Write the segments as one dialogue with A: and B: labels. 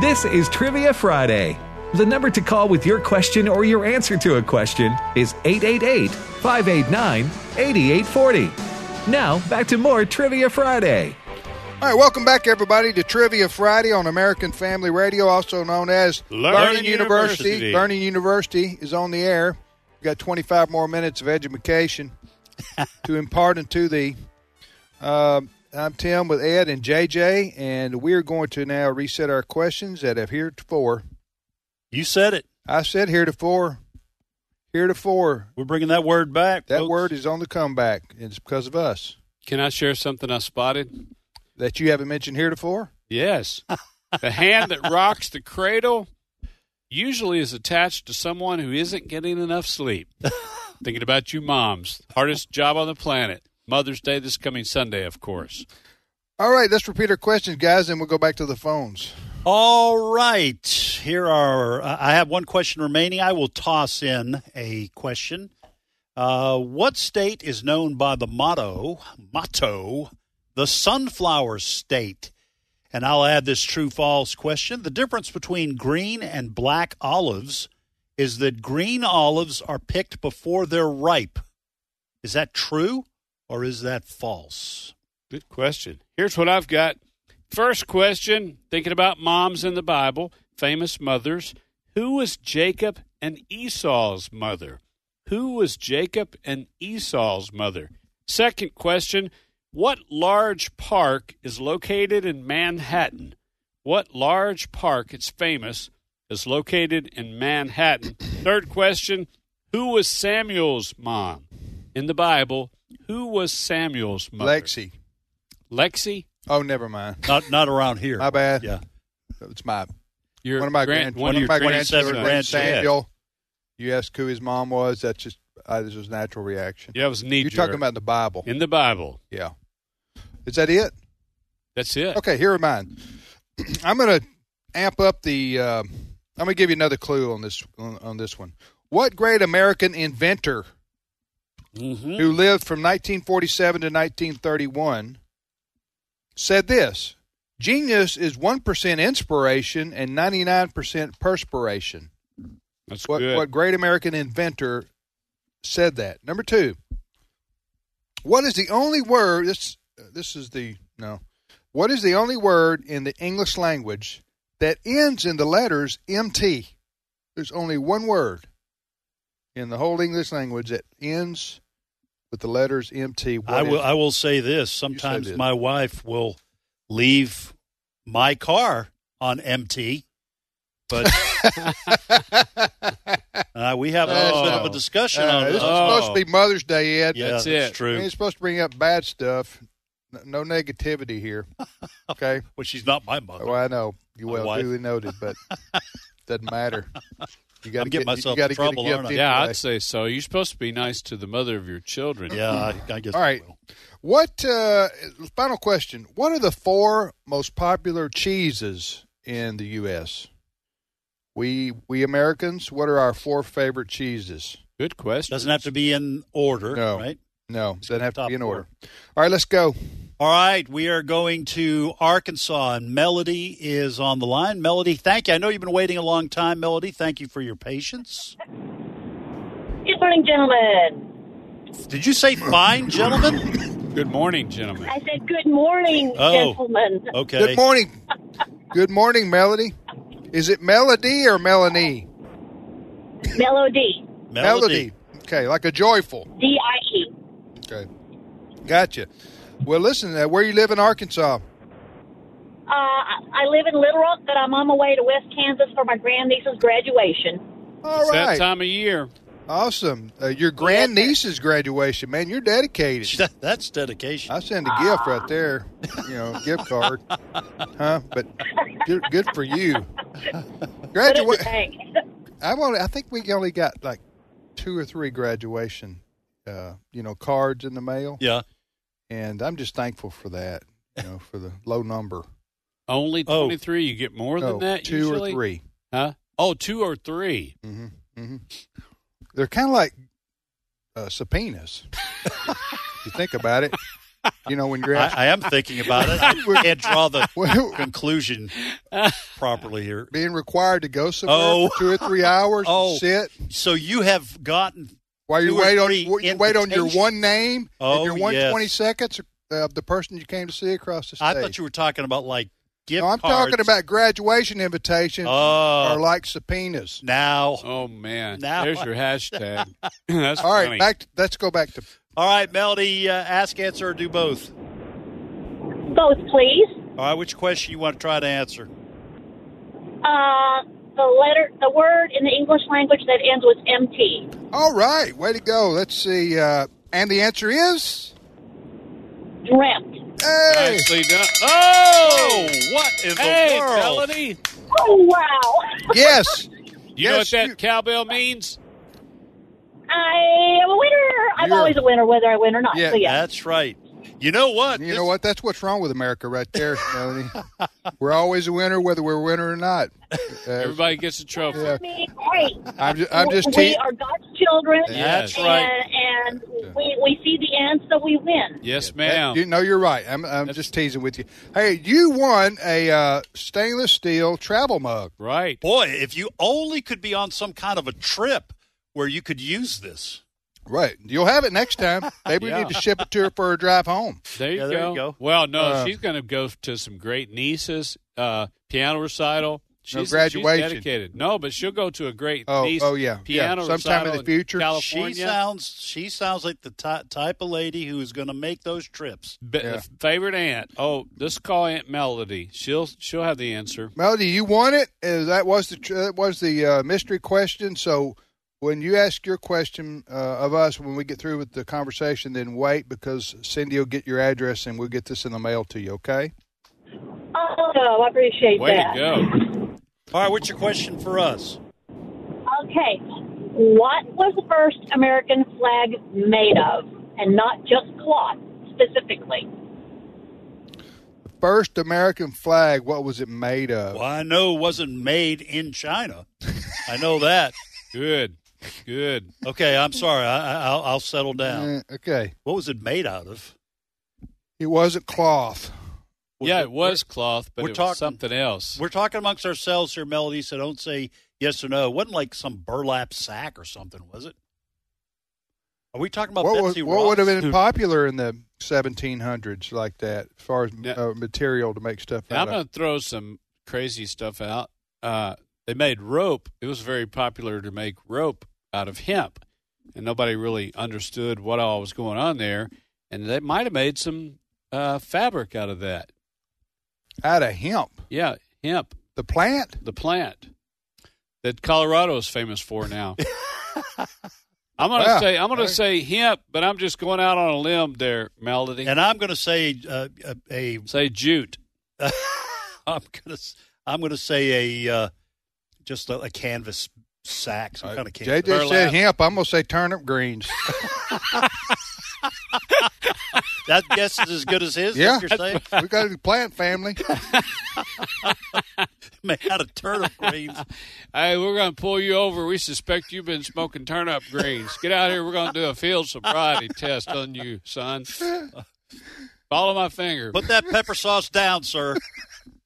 A: This is Trivia Friday. The number to call with your question or your answer to a question is 888 589 8840. Now, back to more Trivia Friday.
B: All right, welcome back, everybody, to Trivia Friday on American Family Radio, also known as
C: Learning University.
B: Learning University is on the air. We've got 25 more minutes of education to impart unto thee. Um, I'm Tim with Ed and JJ, and we're going to now reset our questions that have heretofore.
C: You said it.
B: I said heretofore. Heretofore.
C: We're bringing that word back.
B: That
C: folks.
B: word is on the comeback, and it's because of us.
D: Can I share something I spotted?
B: That you haven't mentioned heretofore?
D: Yes. the hand that rocks the cradle usually is attached to someone who isn't getting enough sleep. Thinking about you moms. Hardest job on the planet. Mother's Day this coming Sunday, of course.
B: All right, let's repeat our questions, guys, and we'll go back to the phones.
C: All right. Here are. I have one question remaining. I will toss in a question. Uh, what state is known by the motto, motto, the sunflower state? And I'll add this true false question. The difference between green and black olives is that green olives are picked before they're ripe. Is that true or is that false?
D: Good question. Here's what I've got. First question thinking about moms in the Bible, famous mothers. Who was Jacob and Esau's mother? Who was Jacob and Esau's mother? Second question What large park is located in Manhattan? What large park, it's famous, is located in Manhattan? Third question Who was Samuel's mom? In the Bible, who was Samuel's mother?
B: Lexi.
D: Lexi?
B: Oh, never mind.
C: Not not around here.
B: My bad.
C: Yeah.
B: It's my
D: Your
B: one of my
D: grand-
B: grand,
D: one of your
B: my
D: grandchildren.
C: 27
B: grandchildren,
C: grandchildren.
B: Samuel. You ask who his mom was. That's just uh, this was a natural reaction.
D: Yeah, it was knee
B: You're talking about the Bible.
D: in the Bible.
B: Yeah. Is that it?
D: That's it.
B: Okay, here are mine. I'm going to amp up the. Uh, I'm going to give you another clue on this on, on this one. What great American inventor
C: Mm-hmm.
B: who lived from 1947 to 1931 said this: "Genius is one percent inspiration and 99 percent perspiration."
D: That's
B: What
D: good.
B: what great American inventor said that? Number two. What is the only word? This this is the no. What is the only word in the English language that ends in the letters MT? There's only one word in the whole English language that ends with the letters MT. What
C: I
B: is
C: will.
B: it?
C: I will say this. Sometimes
B: this.
C: my wife will leave my car on MT, but uh, we have a little bit of a discussion
B: Uh,
C: on
B: this
C: this. Oh.
B: is supposed to be Mother's Day, Ed.
C: yeah,
D: That's
C: that's,
D: it.
B: I mean,
C: true.
B: it's supposed to bring up bad stuff. N- No negativity here. Okay.
C: Well, she's not my mother.
B: Well, I know you
C: My
B: well
C: wife.
B: duly noted, but doesn't matter. You got to
C: I'm getting myself in
B: you gotta
C: trouble,
B: Get a
C: aren't I?
B: gift
D: yeah,
B: anyway.
D: I'd say so. You're supposed to be nice to the mother of your children.
C: yeah, I, I guess.
B: All right.
C: I will.
B: What? Uh, final question. What are the four most popular cheeses in the U.S.? We we Americans. What are our four favorite cheeses?
D: Good question.
C: Doesn't have to be in order,
B: No.
C: right?
B: No, doesn't have to
C: Top
B: be in
C: four.
B: order. All right, let's go.
C: All right, we are going to Arkansas, and Melody is on the line. Melody, thank you. I know you've been waiting a long time, Melody. Thank you for your patience.
E: Good morning, gentlemen.
C: Did you say fine, gentlemen?
D: Good morning, gentlemen.
E: I said good morning,
C: Oh.
E: gentlemen.
C: Okay.
B: Good morning. Good morning, Melody. Is it Melody or Melanie?
E: Melody,
C: Melody.
B: Okay, like a joyful.
E: D I E.
B: Okay. Gotcha. Well, listen, uh, where you live in Arkansas?
E: Uh, I I live in Little Rock, but I'm on my way to West Kansas for my grandniece's graduation.
B: All
D: It's that
B: right.
D: time of year.
B: Awesome. Uh, your grandniece's graduation, man. You're dedicated.
C: That- That's dedication.
B: I send a gift right there, you know, gift card, huh? But good, good for you.
E: Put it in the
B: Graduate.
E: bank.
B: I've only, I think we only got like two or three graduation, uh, you know, cards in the mail,
C: Yeah.
B: and I'm just thankful for that. You know, for the low number.
D: Only
C: Oh.
D: 23. You get more
B: No,
D: than that
B: two
D: usually?
B: or three.
D: Huh? Oh, two or three.
B: hmm hmm They're kind of like uh, subpoenas. you think about it. You know, when
C: I,
B: Grant.
C: I am thinking about it. I can't draw the
B: Well-
C: conclusion properly here.
B: being required to go somewhere
C: Oh.
B: for two or three hours
C: Oh.
B: and sit
C: So you have gotten
B: while you
C: Two or
B: wait on
C: three
B: you wait on your
C: invitations.
B: one name
C: Oh,
B: and your one
C: yes.
B: twenty seconds of the person you came to see across the stage.
C: I thought you were talking about like gift
B: no, I'm
C: cards.
B: talking about graduation invitations
C: Oh.
B: are like subpoenas.
C: now.
D: Oh man,
C: Now-
D: there's your hashtag. That's
B: All right,
D: funny.
B: back. To, let's go back to
C: All right, Melody, uh, ask, answer, or do both.
E: Both, please.
C: All right, which question you want to try to answer?
E: Uh, the letter, the word in the English language that ends with MT.
B: All right, way to go. Let's see. Uh, and the answer is.
E: Dreamt.
B: Hey!
D: Nicely done. Oh,
C: Oh, what in
D: hey,
C: the world?
D: Melody.
E: Oh wow!
B: Yes,
D: You know what
B: Yes,
D: that
B: you-
D: cowbell means?
E: I am a winner. I'm
B: You're-
E: always a winner, whether I win or not.
B: Yeah,
E: so yeah.
C: That's right. You know what?
B: you
C: This-
B: know what? That's what's wrong with America, right there, Melanie. we're always a winner, whether we're a winner or not. Uh,
D: Everybody gets a trophy.
B: yeah.
E: I mean, hey,
B: I'm just, I'm just
E: we
B: te-
E: are God's children.
D: That's
E: and,
C: right.
E: And we, we see the end, so we win.
D: Yes,
B: That-
D: ma'am.
B: you- no, you're right. I'm, I'm just teasing with you. Hey, you won a uh, stainless steel travel mug.
D: right.
C: Boy, if you only could be on some kind of a trip where you could use this.
B: Right. You'll have it next time. Maybe we
D: Yeah.
B: need to ship it to her for a drive home.
D: There you,
C: Yeah,
D: go.
C: there you go.
D: Well, no,
B: Uh,
D: she's going to go to some great nieces, uh, piano recital. She's, she's
B: graduation.
D: dedicated. No, but she''ll go to a great
B: Oh,
D: niece
B: oh, yeah, yeah.
D: piano
B: Sometime in
D: recital
B: the future.
D: California.
C: She sounds she sounds like the ty- type of lady who is going to make those trips.
D: But
B: Yeah.
D: the favorite aunt. Oh, this call Aunt Melody. She'll she'll have the answer.
B: Melody, you won it. Uh, that was the tr- that was the uh, mystery question. So when you ask your question uh, of us when we get through with the conversation, then wait because Cindy will get your address and we'll get this in the mail to you. Okay.
E: Oh, I appreciate
D: Way
E: that.
D: to go.
C: All right, what's your question for us?
E: Okay. What was the first American flag made of? And not just cloth specifically.
B: First American flag. What was it made of?
C: Well, I know it wasn't made in China. I know that.
D: Good. Good.
C: Okay, I'm sorry. I, I, I'll, I'll settle down.
B: Uh, okay.
C: What was it made out of?
B: It wasn't cloth.
C: Was
D: yeah, it was cloth, but
C: we're
D: it
C: talking-
D: was something else.
C: We're talking amongst ourselves here, Melody, so don't say yes or no. It wasn't like some burlap sack or something, was it? Are we talking about
B: what, was,
C: Betsy
B: what would have
C: Ross?
B: been popular in the 1700s like that as far as
D: Yeah.
B: uh, material to make stuff
D: Now, I'm
B: out
D: going
B: of?
D: to throw some crazy stuff out. Uh, they made rope. It was very popular to make rope out of hemp, and nobody really understood what all was going on there. And they might have made some uh, fabric out of that.
B: Out of hemp.
D: Yeah, hemp,
B: The plant?
D: the plant that Colorado is famous for now. I'm gonna
B: Wow.
D: say I'm gonna
B: Okay.
D: say hemp, but I'm just going out on a limb there, Melody.
C: And I'm going to say uh, a, a
D: say jute.
C: I'm going to I'm going to say a uh, just a, a canvas sack, some kind of
B: JJ
C: canvas.
B: Uh, said
D: Burlap.
B: hemp. I'm going to say turnip greens.
C: That guess is as good as his.
B: Yeah.
C: Yeah, you're saying
B: we got a plant family.
C: made out of turnip greens.
D: Hey, we're going to pull you over. We suspect you've been smoking turnip greens. Get out here. We're going to do a field sobriety test on you, son. Follow my finger.
C: Put that pepper sauce down, sir.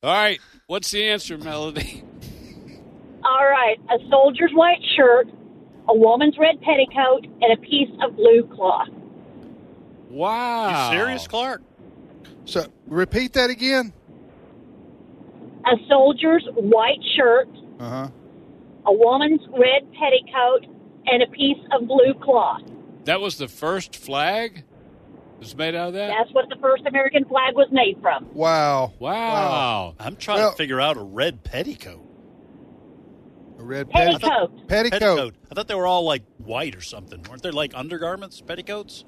D: All right. What's the answer, Melody?
E: All right. A soldier's white shirt, a woman's red petticoat, and a piece of blue cloth.
D: Wow.
C: You serious, Clark?
B: So repeat that again.
E: A soldier's white shirt,
B: Uh huh.
E: a woman's red petticoat, and a piece of blue cloth.
D: That was the first flag? It was made out of that?
E: That's what the first American flag was made from.
B: Wow.
D: wow.
C: I'm trying
B: Well-
C: to figure out a red petticoat.
B: A red petticoat.
E: Petticoat.
B: Petticoat.
C: I thought they were all like white or something. Weren't they like undergarments, petticoats?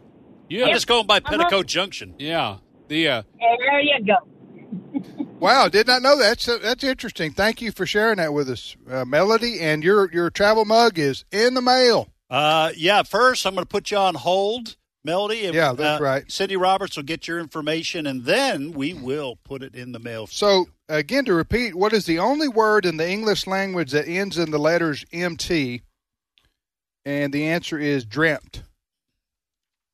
D: Yeah.
C: I'm just going by
E: Uh-huh.
C: Petticoat Junction.
D: yeah. The uh,
E: There you go.
B: Wow, did not know that. That's, that's interesting. Thank you for sharing that with us, uh, Melody. And your your travel mug is in the mail.
C: Uh, yeah, first I'm going to put you on hold, Melody. and,
B: Yeah, that's
C: uh,
B: right.
C: Cindy Roberts will get your information, and then we will put it in the mail.
B: So, again, to repeat, what is the only word in the English language that ends in the letters MT? And the answer is dreamt.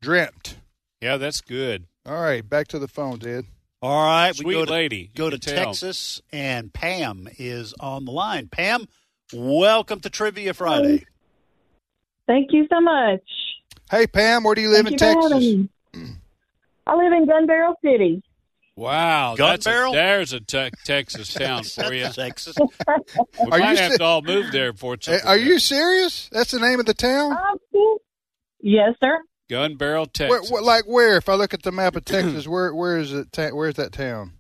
B: Dreamt.
D: yeah, that's good.
B: All right, back to the phones, Ed.
C: All right,
D: Sweet
C: we go to,
D: lady, you
C: Go to
D: can tell.
C: Texas, and Pam is on the line. Pam, welcome to Trivia Friday.
F: Thank you so much.
B: Hey, Pam, where do you live
F: Thank
B: in
F: you for having
B: Texas? Mm.
F: me. I live in Gun Barrel City.
D: Wow,
C: Gun
D: that's a-
C: barrel?
D: there's a te- Texas town for you.
C: Texas.
D: We
B: Are
D: might
B: you
D: have
B: se-
D: to all move there for
B: Uh,
D: something.
B: Are you serious? That's the name of the town.
F: Um, yes, sir.
D: Gun Barrel,
B: Where,
D: Uh, Texas?
B: where- like where? If I look at the map of Texas, where where is it? Ta- where's that town?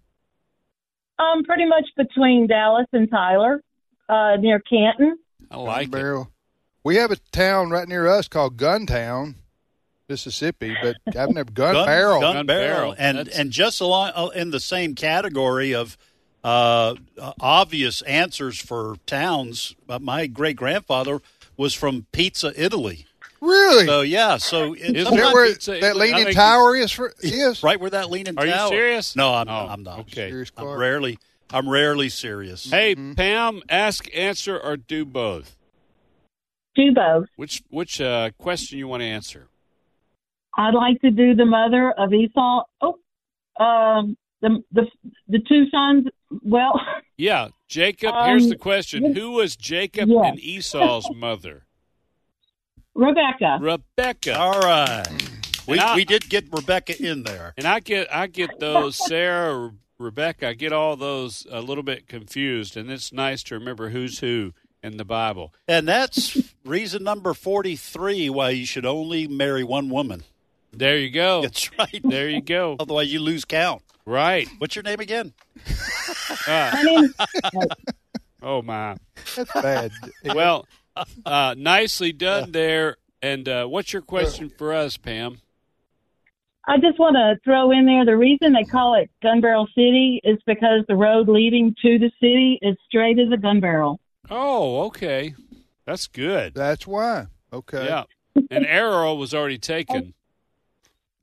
F: Um, pretty much between Dallas and Tyler, uh, near Canton.
D: I like it.
B: Barrel. We have a town right near us called Guntown, Mississippi, but I've never Gun, Barrel.
D: Gun
C: Gun
D: barrel.
C: barrel. And
D: That's-
C: and just along uh, in the same category of uh, uh, obvious answers for towns. uh, My great grandfather was from Pizza, Italy.
B: Really?
D: Uh,
C: So yeah, so it,
D: Is
B: is that
D: Someone
B: where
D: pizza is-
B: that
D: I think
B: leaning
D: it's-
B: tower is? For, is
C: right where that leaning
D: Are you
C: tower.
D: serious?
C: No, I'm,
D: Oh,
C: I'm not.
D: okay.
B: Serious,
C: I'm
B: Clark?
C: rarely. I'm rarely serious.
D: Hey, Pam, ask, answer, or do both.
F: Do both.
D: Which which uh, question you want to answer?
F: I'd like to do the mother of Esau. Oh, um, the the the two sons. Well,
D: Yeah, Jacob. here's
F: Um,
D: the question: Who was Jacob
F: yeah.
D: and Esau's mother?
F: Rebecca.
D: Rebecca.
C: All right. We,
D: And I-
C: we did get Rebecca in there.
D: And I get I get those Sarah or Rebecca. I get all those a little bit confused, and it's nice to remember who's who in the Bible.
C: And that's reason number 43 why you should only marry one woman.
D: There you go.
C: That's right.
D: There you go.
C: Otherwise, you lose count.
D: Right.
C: What's your name again?
D: Uh,
F: My name-
D: oh my.
B: That's bad.
D: Well, uh, nicely done there. And uh, what's your question for us, Pam?
F: I just want to throw in there the reason they call it Gun Barrel City is because the road leading to the city is straight as a gun barrel.
D: Oh, okay. That's good.
B: That's why. Okay.
D: Yeah. An arrow was already taken.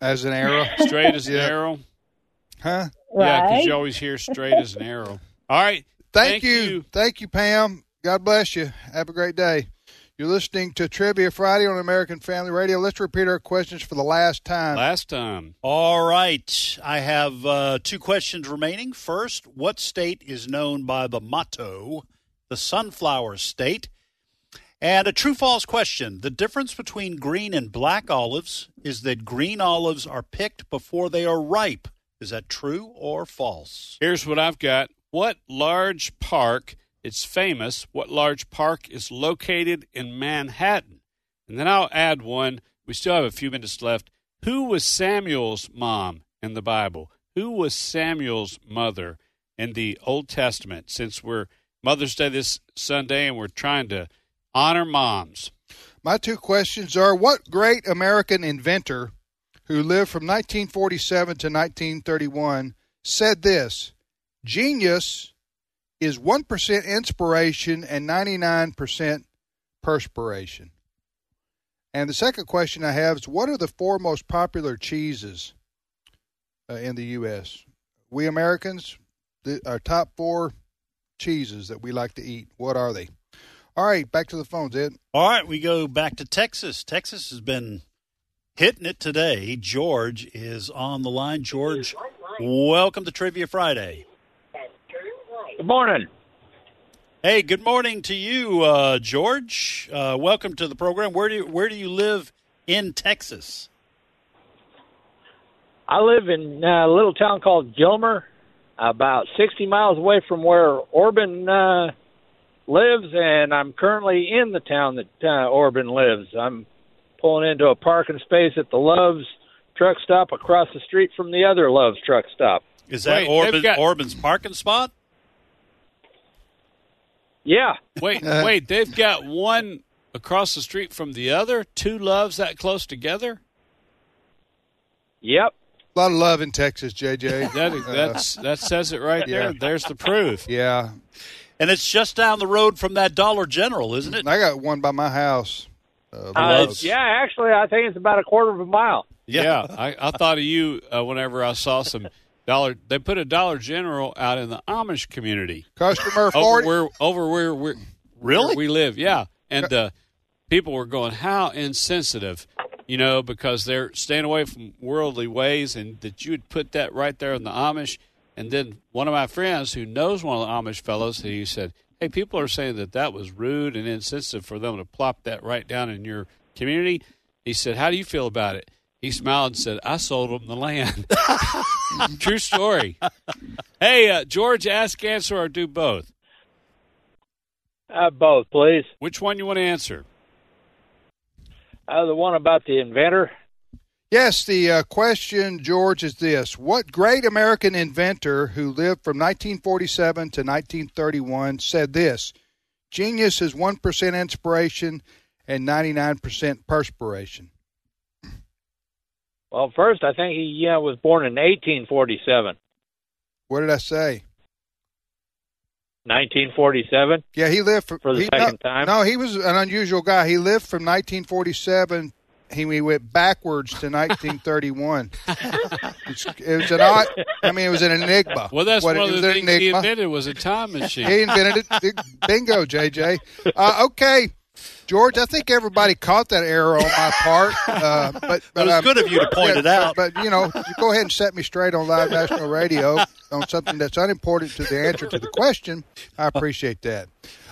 B: As an arrow,
D: Straight as an
B: Yeah.
D: arrow.
B: huh?
D: Yeah,
F: Right?
D: because you always hear straight as an arrow. All right.
B: Thank,
D: Thank
B: you.
D: you.
B: Thank you, Pam. God bless you. Have a great day. You're listening to Trivia Friday on American Family Radio. Let's repeat our questions for the last time.
D: Last time.
C: All right. I have uh, two questions remaining. First, what state is known by the motto, the sunflower state? And a true false question. The difference between green and black olives is that green olives are picked before they are ripe. Is that true or false?
D: Here's what I've got. What large park? It's famous. What large park is located in Manhattan? And then I'll add one. We still have a few minutes left. Who was Samuel's mom in the Bible? Who was Samuel's mother in the Old Testament? Since we're Mother's Day this Sunday and we're trying to honor moms.
B: My two questions are what great American inventor who lived from 1947 to 1931 said this genius is 1% inspiration and 99% perspiration? And the second question I have is what are the four most popular cheeses uh, in the U.S.? We Americans, the, our top four cheeses that we like to eat, what are they? All right, back to the phones, Ed.
C: All right, we go back to Texas. Texas has been hitting it today. George is on the line. George, welcome to Trivia Friday.
G: Good morning.
C: Hey, good morning to you, uh, George. Uh, welcome to the program. Where do you, where do you live in Texas?
G: I live in uh, a little town called Gilmer, about 60 miles away from where Orban uh, lives, and I'm currently in the town that uh, Orban lives. I'm pulling into a parking space at the Love's truck stop across the street from the other Love's truck stop.
C: Is that
D: Wait,
C: Orban,
D: they've got-
C: Orban's parking spot?
G: Yeah,
D: Wait, wait, they've got one across the street from the other? Two loves that close together?
G: yep.
B: A lot of love in Texas, JJ.
D: That
B: Uh,
D: that's that says it right there. There's the proof.
B: yeah.
C: And it's just down the road from that Dollar General, isn't it?
B: I got one by my house. Uh,
G: Uh,
B: loves.
G: yeah, actually, I think it's about a quarter of a mile.
D: Yeah, I, I thought of you uh, whenever I saw some dollar. They put a Dollar General out in the Amish community
B: Customer
D: over
B: 40.
D: where over where we
C: Really?
D: we live. Yeah, and uh, people were going, "How insensitive you know, because they're staying away from worldly ways, and that you would put that right there in the Amish. And then one of my friends who knows one of the Amish fellows, he said, "Hey, people are saying that that was rude and insensitive for them to plop that right down in your community." He said, "How do you feel about it?" He smiled and said, "I sold them the land." True story. Hey, uh, George, ask, answer, or do both.
G: Uh, both, please.
D: Which one you want to answer?
G: Uh, the one about the inventor.
B: Yes, the uh, question, George, is this What great American inventor who lived from 1947 to 1931 said this Genius is 1% inspiration and 99% perspiration?
G: Well, first, I think he uh, was born in 1847.
B: What did I say?
G: 1947.
B: Yeah, he lived from,
G: For the
B: he-
G: second
B: no,
G: time?
B: No, he was an unusual guy. He lived from 1947. He, he went backwards to 1931. it's, it was an odd. I mean, it was an enigma.
D: Well, that's
B: What- it
D: one of
B: was
D: the
B: an
D: things he
B: enigma.
D: invented was a time machine.
B: He invented it. Bingo, JJ. Uh, okay, George. I think everybody caught that error on my part. Uh, but but
C: was
B: um,
C: good of you to point
B: yeah,
C: it out.
B: But, but, you know, you go ahead and set me straight on live national radio on something that's unimportant to the answer to the question. I appreciate that.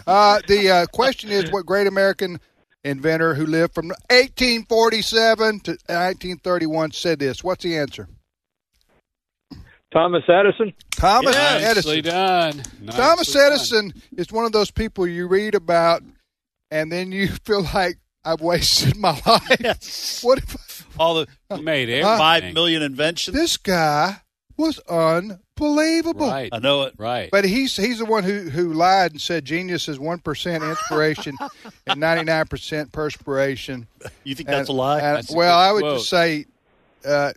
B: Uh, the uh, question is, what great American inventor who lived from 1847 to 1931 said this? What's the answer?
G: Thomas Edison.
B: Thomas
D: Nicely
B: Edison.
D: done. Nicely
B: Thomas
D: done.
B: Edison is one of those people you read about, and then you feel like I've wasted my life. What if
C: All the
D: made everything.
C: five million inventions.
B: this guy was unbelievable?
D: Right.
C: I know it.
D: Right.
B: But he's he's the one who, who lied and said genius is one percent inspiration and ninety nine percent perspiration.
C: You think
B: And-
C: that's a lie?
B: and-
D: That's a
B: well,
D: good
B: I would
D: quote.
B: just say, uh,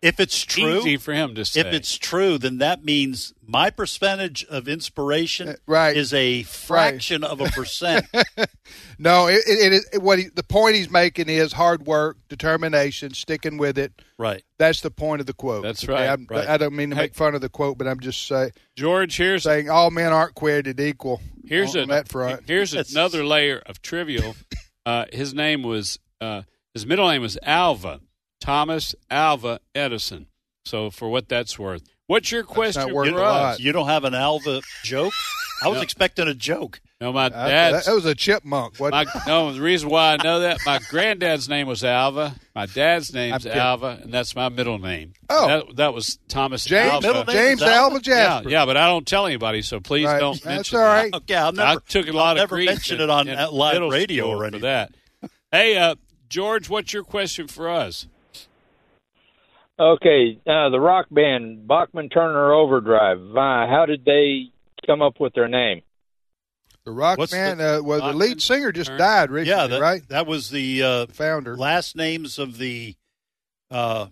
C: if it's true,
D: Easy for him to say.
C: if it's true, then that means my percentage of inspiration
B: Uh, right.
C: is a fraction of a percent.
B: no. It, it, it, what he, the point he's making is hard work, determination, sticking with it.
C: right.
B: That's the point of the quote.
D: That's
B: Okay,
D: right,
B: I'm-
D: right.
B: I don't mean to make fun of the quote, but I'm just say,
D: George, here's
B: saying all men aren't created equal.
D: here's
B: on,
D: a,
B: on that front.
D: here's
C: That's-
D: another layer of trivial. Uh, his name was uh, his middle name was Alva Thomas Alva Edison. So for what that's worth, what's your question
B: worth
D: for
B: a lot.
D: us?
C: You don't have an Alva joke? I was expecting a joke.
D: No, my
B: I-
D: dad's
B: that was a chipmunk. What?
D: my, no. The reason why I know that my granddad's name was Alva, my dad's name's
B: kidding.
D: Alva, and that's my middle name.
B: Oh.
D: that, that was Thomas
B: James,
D: Alva.
C: middle name
B: James
C: is Alva?
B: Alva
D: Yeah,
B: Jasper.
D: yeah, but I don't tell anybody, so please
B: Right.
D: don't
B: That's
D: mention
B: all
D: that.
B: right.
C: Okay, I'll never,
D: I took a lot
C: I'll
D: of
C: never
D: grief
C: mention
D: in-
C: it on
D: in
C: uh, live
D: middle
C: radio
D: school
C: or
D: for
C: anything.
D: that. Hey, uh, George, what's your question for us?
G: Okay, uh, the rock band Bachman Turner Overdrive. Uh, how did they come up with their name?
B: the rock
C: What's
B: man.
C: the-
B: uh, well, the
D: Bachman
B: lead singer just
D: Turner?
B: died recently,
C: Yeah, that,
B: right?
C: that was the uh,
B: The founder.
C: last names of the uh,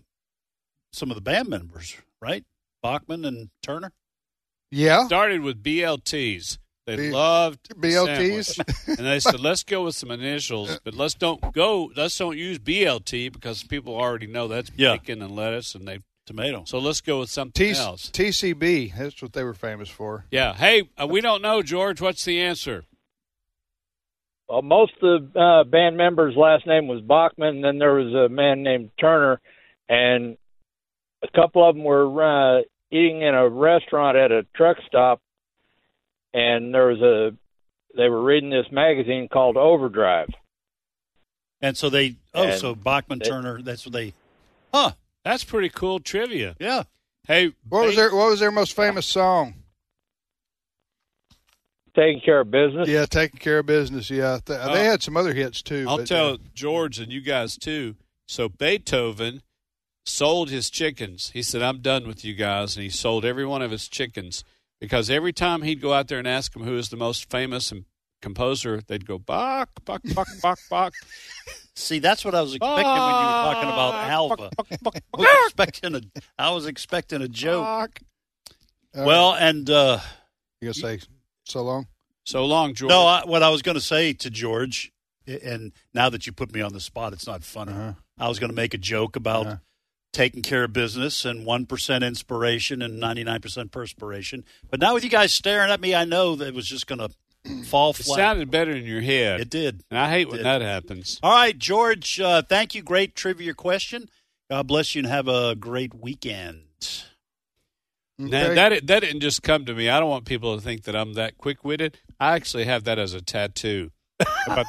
C: some of the band members, right? Bachman and Turner.
B: Yeah,
D: Started with BLTs. They
B: B-
D: loved
B: BLTs.
D: sandwich. and they said, "Let's go with some initials, but let's don't go. Let's don't use BLT because people already know that's
C: Yeah.
D: bacon and lettuce, and they.
C: Tomato.
D: So let's go with something
B: T-
D: else.
B: TCB. That's what they were famous for.
D: Yeah. Hey, uh, we don't know, George. What's the answer?
G: Well, most of the uh, band members' last name was Bachman. and Then there was a man named Turner, and a couple of them were uh, eating in a restaurant at a truck stop, and there was a they were reading this magazine called Overdrive.
C: And so they. Oh,
G: And
C: so Bachman
G: they-
C: Turner. That's what they. Huh.
D: That's pretty cool trivia.
C: Yeah.
D: Hey,
B: What was
D: ba-
B: their What was their most famous song?
G: Taking care of business.
B: Yeah, taking care of business. Yeah, Th-
D: Uh,
B: they had some other hits too.
D: I'll
B: but,
D: tell
B: uh,
D: George and you guys too. So Beethoven sold his chickens. He said, "I'm done with you guys," and he sold every one of his chickens because every time he'd go out there and ask them who is the most famous and composer, they'd go Bach, Bach, Bach, Bach, Bach.
C: See, that's what I was expecting when you were talking
D: Ah,
C: about Alva. I was expecting a, I was expecting a joke.
D: Ah.
B: uh,
C: Well, and uh,
B: you gonna say so long?
D: So long, George.
C: no, I, what I was going to say to George, a- and now that you put me on the spot, it's not funny.
B: Uh-huh.
C: I was going to make a joke about
B: Uh-huh.
C: taking care of business and one percent inspiration and ninety nine percent perspiration. But now with you guys staring at me, I know that it was just going to fall
D: It
C: flat.
D: sounded better in your head.
C: it did.
D: And I hate when
C: Did.
D: that happens.
C: All right, George, uh, thank you. Great trivia question. God bless you and have a great weekend.
D: Now, that that didn't just come to me. I don't want people to think that I'm that quick witted. I actually have that as a tattoo about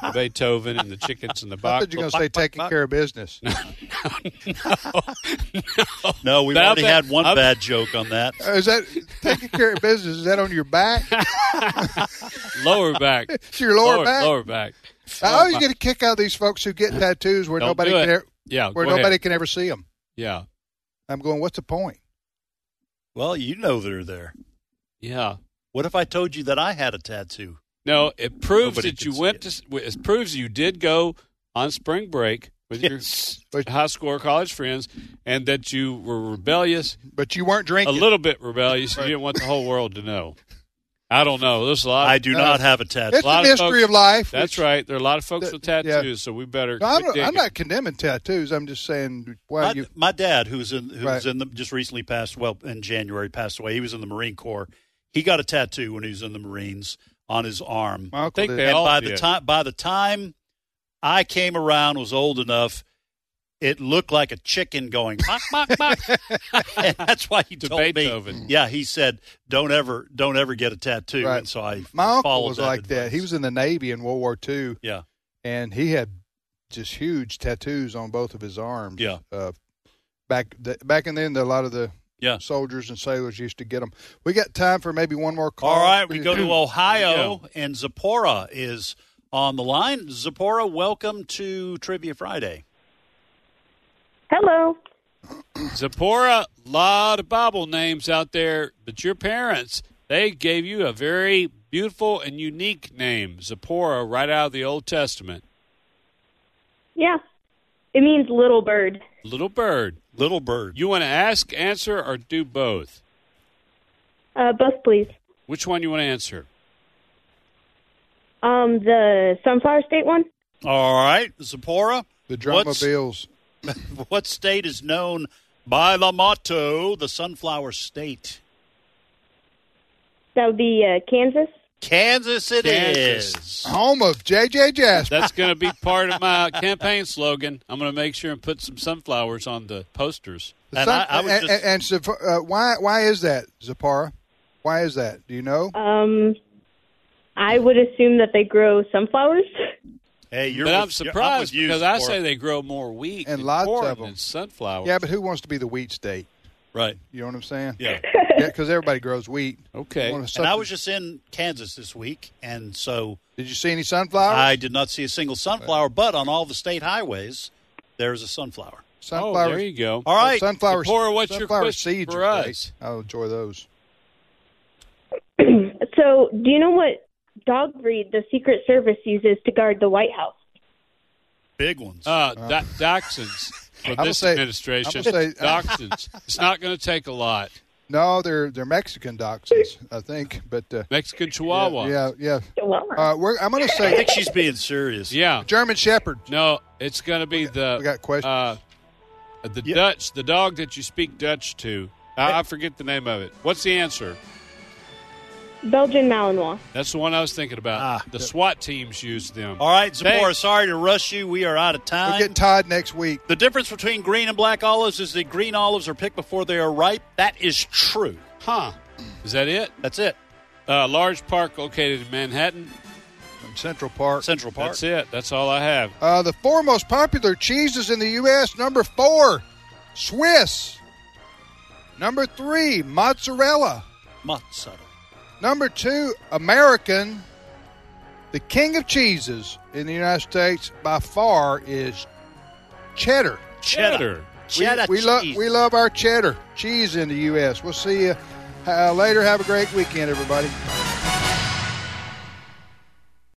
D: the Beethoven and the chickens in the
B: I
D: box.
B: thought you were going to say taking care of business.
C: No, we've
D: About
C: already
D: that-
C: had one
D: I'm-
C: bad joke on that.
B: Uh, Is that taking care of business? Is that on your back?
D: lower back,
B: It's your lower,
D: lower
B: back.
D: lower back.
B: I always get a kick out of these folks who get tattoos where
D: Don't
B: nobody
D: do
B: can
D: it.
B: ever,
D: Yeah,
B: where
D: go
B: nobody
D: ahead.
B: can ever see them.
D: Yeah,
B: I'm going. What's the point?
C: Well, you know they're there.
D: yeah.
C: What if I told you that I had a tattoo?
D: No, it proves
C: Nobody
D: that
C: can
D: you
C: see
D: went
C: it.
D: to. s- It proves you did go on spring break with your
B: But-
D: high school or college friends, and that you were rebellious,
B: But you weren't drinking.
D: a little bit rebellious. and You didn't want the whole world to know. I don't know. There's a lot.
C: I do
B: no.
C: not have a
B: Uh, it's
C: tattoo.
D: lot
B: the
D: of
B: mystery
D: folks-
B: of life.
D: That's
B: It's-
D: right. There are a lot of folks
B: That-
D: with
B: yeah.
D: tattoos, so we better.
B: No, I'm,
D: quit
B: not, I'm
D: digging.
B: not condemning tattoos. I'm just saying why
C: my,
B: you.
C: my dad, who's in who's
B: Right.
C: in the just recently passed, well, in January passed away. He was in the Marine Corps. He got a tattoo when he was in the Marines on his arm.
B: My uncle
D: think
B: did.
D: they
C: and
D: all
C: by the
D: did.
C: time by the time I came around, was old enough, it looked like a chicken going mock mock mock. and that's why he
D: To
C: told me.
D: Beethoven.
C: Yeah, he said, "Don't ever, don't ever get a tattoo."
B: Right.
C: And so I
B: My uncle
C: followed
B: was
C: that
B: like that.
C: advice.
B: He was in the Navy in World War II,
C: yeah,
B: and he had just huge tattoos on both of his arms.
C: Yeah.
B: Uh, back th- back in then, a lot of the
C: yeah.
B: soldiers and sailors used to get them. We got time for maybe one more call.
C: All right, we go to uh, Ohio,
D: There
C: and Zipporah is on the line. Zipporah, welcome to Trivia Friday.
H: Hello.
D: Zipporah, lot of Bible names out there, but your parents, they gave you a very beautiful and unique name, Zipporah, right out of the Old Testament.
H: Yeah. It means little bird.
D: Little bird.
C: Little Bird.
D: You want to ask, answer, or do both?
H: Uh, both, please.
D: Which one you want to answer?
H: Um, the Sunflower State one?
C: All right, Zipporah.
B: The
C: what's-
B: Drumabills.
C: What state is known by the motto "The Sunflower State"?
H: That would be uh, Kansas.
C: Kansas, It is.
D: Kansas.
B: Home of JJ Jasper.
D: That's going to be part of my campaign slogan. I'm going to make sure and put some sunflowers on the posters.
C: And I, I was
B: and,
C: just,
B: and- and Zip- uh, why why is that, Zapara? Why is that? Do you know?
H: Um, I would assume that they grow sunflowers.
C: hey, you're
D: but
C: with-
D: I'm
C: you're- with
D: surprised
C: you,
D: because I
C: Zipporah.
D: say they grow more wheat
B: And
D: and,
B: lots
D: corn
B: of 'em.
D: than
C: Oh.
D: sunflowers.
B: yeah, but who wants to be the wheat state?
C: right.
B: You know what I'm saying?
C: Yeah.
B: because everybody grows wheat.
D: Okay.
B: You wanna
C: And I
B: suck-
C: was just in Kansas this week, and so
B: Did you see any sunflowers?
C: I did not see a single sunflower. But on all the state highways, there is a sunflower.
D: Oh,
B: sunflowers.
D: there you go.
C: All right,
B: Sunflower,
D: Zipporah, what's your
B: sunflower
D: question
B: seeds
D: for
B: are great.
D: us?
B: I'll enjoy those.
H: so, do you know what dog breed the Secret Service uses to guard the White House?
C: big ones.
D: Uh, da- dachshunds for
B: gonna
D: this
B: say-
D: administration.
B: I'm gonna say- uh,
D: dachshunds. It's not going to take a lot.
B: No, they're they're Mexican dachshunds, I think. But uh,
D: Mexican Chihuahua.
B: yeah, yeah.
H: Well,
B: Uh, we're, I'm going to
C: I
B: say
C: think she's being serious.
D: Yeah.
B: German Shepherd.
D: No, it's going to be the
B: we got questions.
D: Uh, the Dutch, the dog that you speak Dutch to. I, I forget the name of it. What's the answer?
H: Belgian Malinois.
D: That's the one I was thinking about.
C: Ah.
D: the SWAT teams use them.
C: All right, Zamora,
D: Thanks.
C: sorry to rush you. We are out of
B: We'll
C: time.
B: get Todd next week.
C: the difference between green and black olives is that green olives are picked before they are ripe. That is true.
D: Huh? Is that it?
C: That's it.
D: Uh, large park located in Manhattan.
B: from Central Park.
C: Central Park.
D: That's it. That's all I have.
B: Uh, the four most popular cheeses in the U.S. Number four, Swiss. Number three, mozzarella.
C: Mozzarella.
B: Number two, American. The king of cheeses in the United States by far is cheddar.
C: Cheddar. Cheddar.
B: we, we love
C: cheese.
B: we love our cheddar cheese in the U.S. We'll see you uh, later. Have a great weekend, everybody.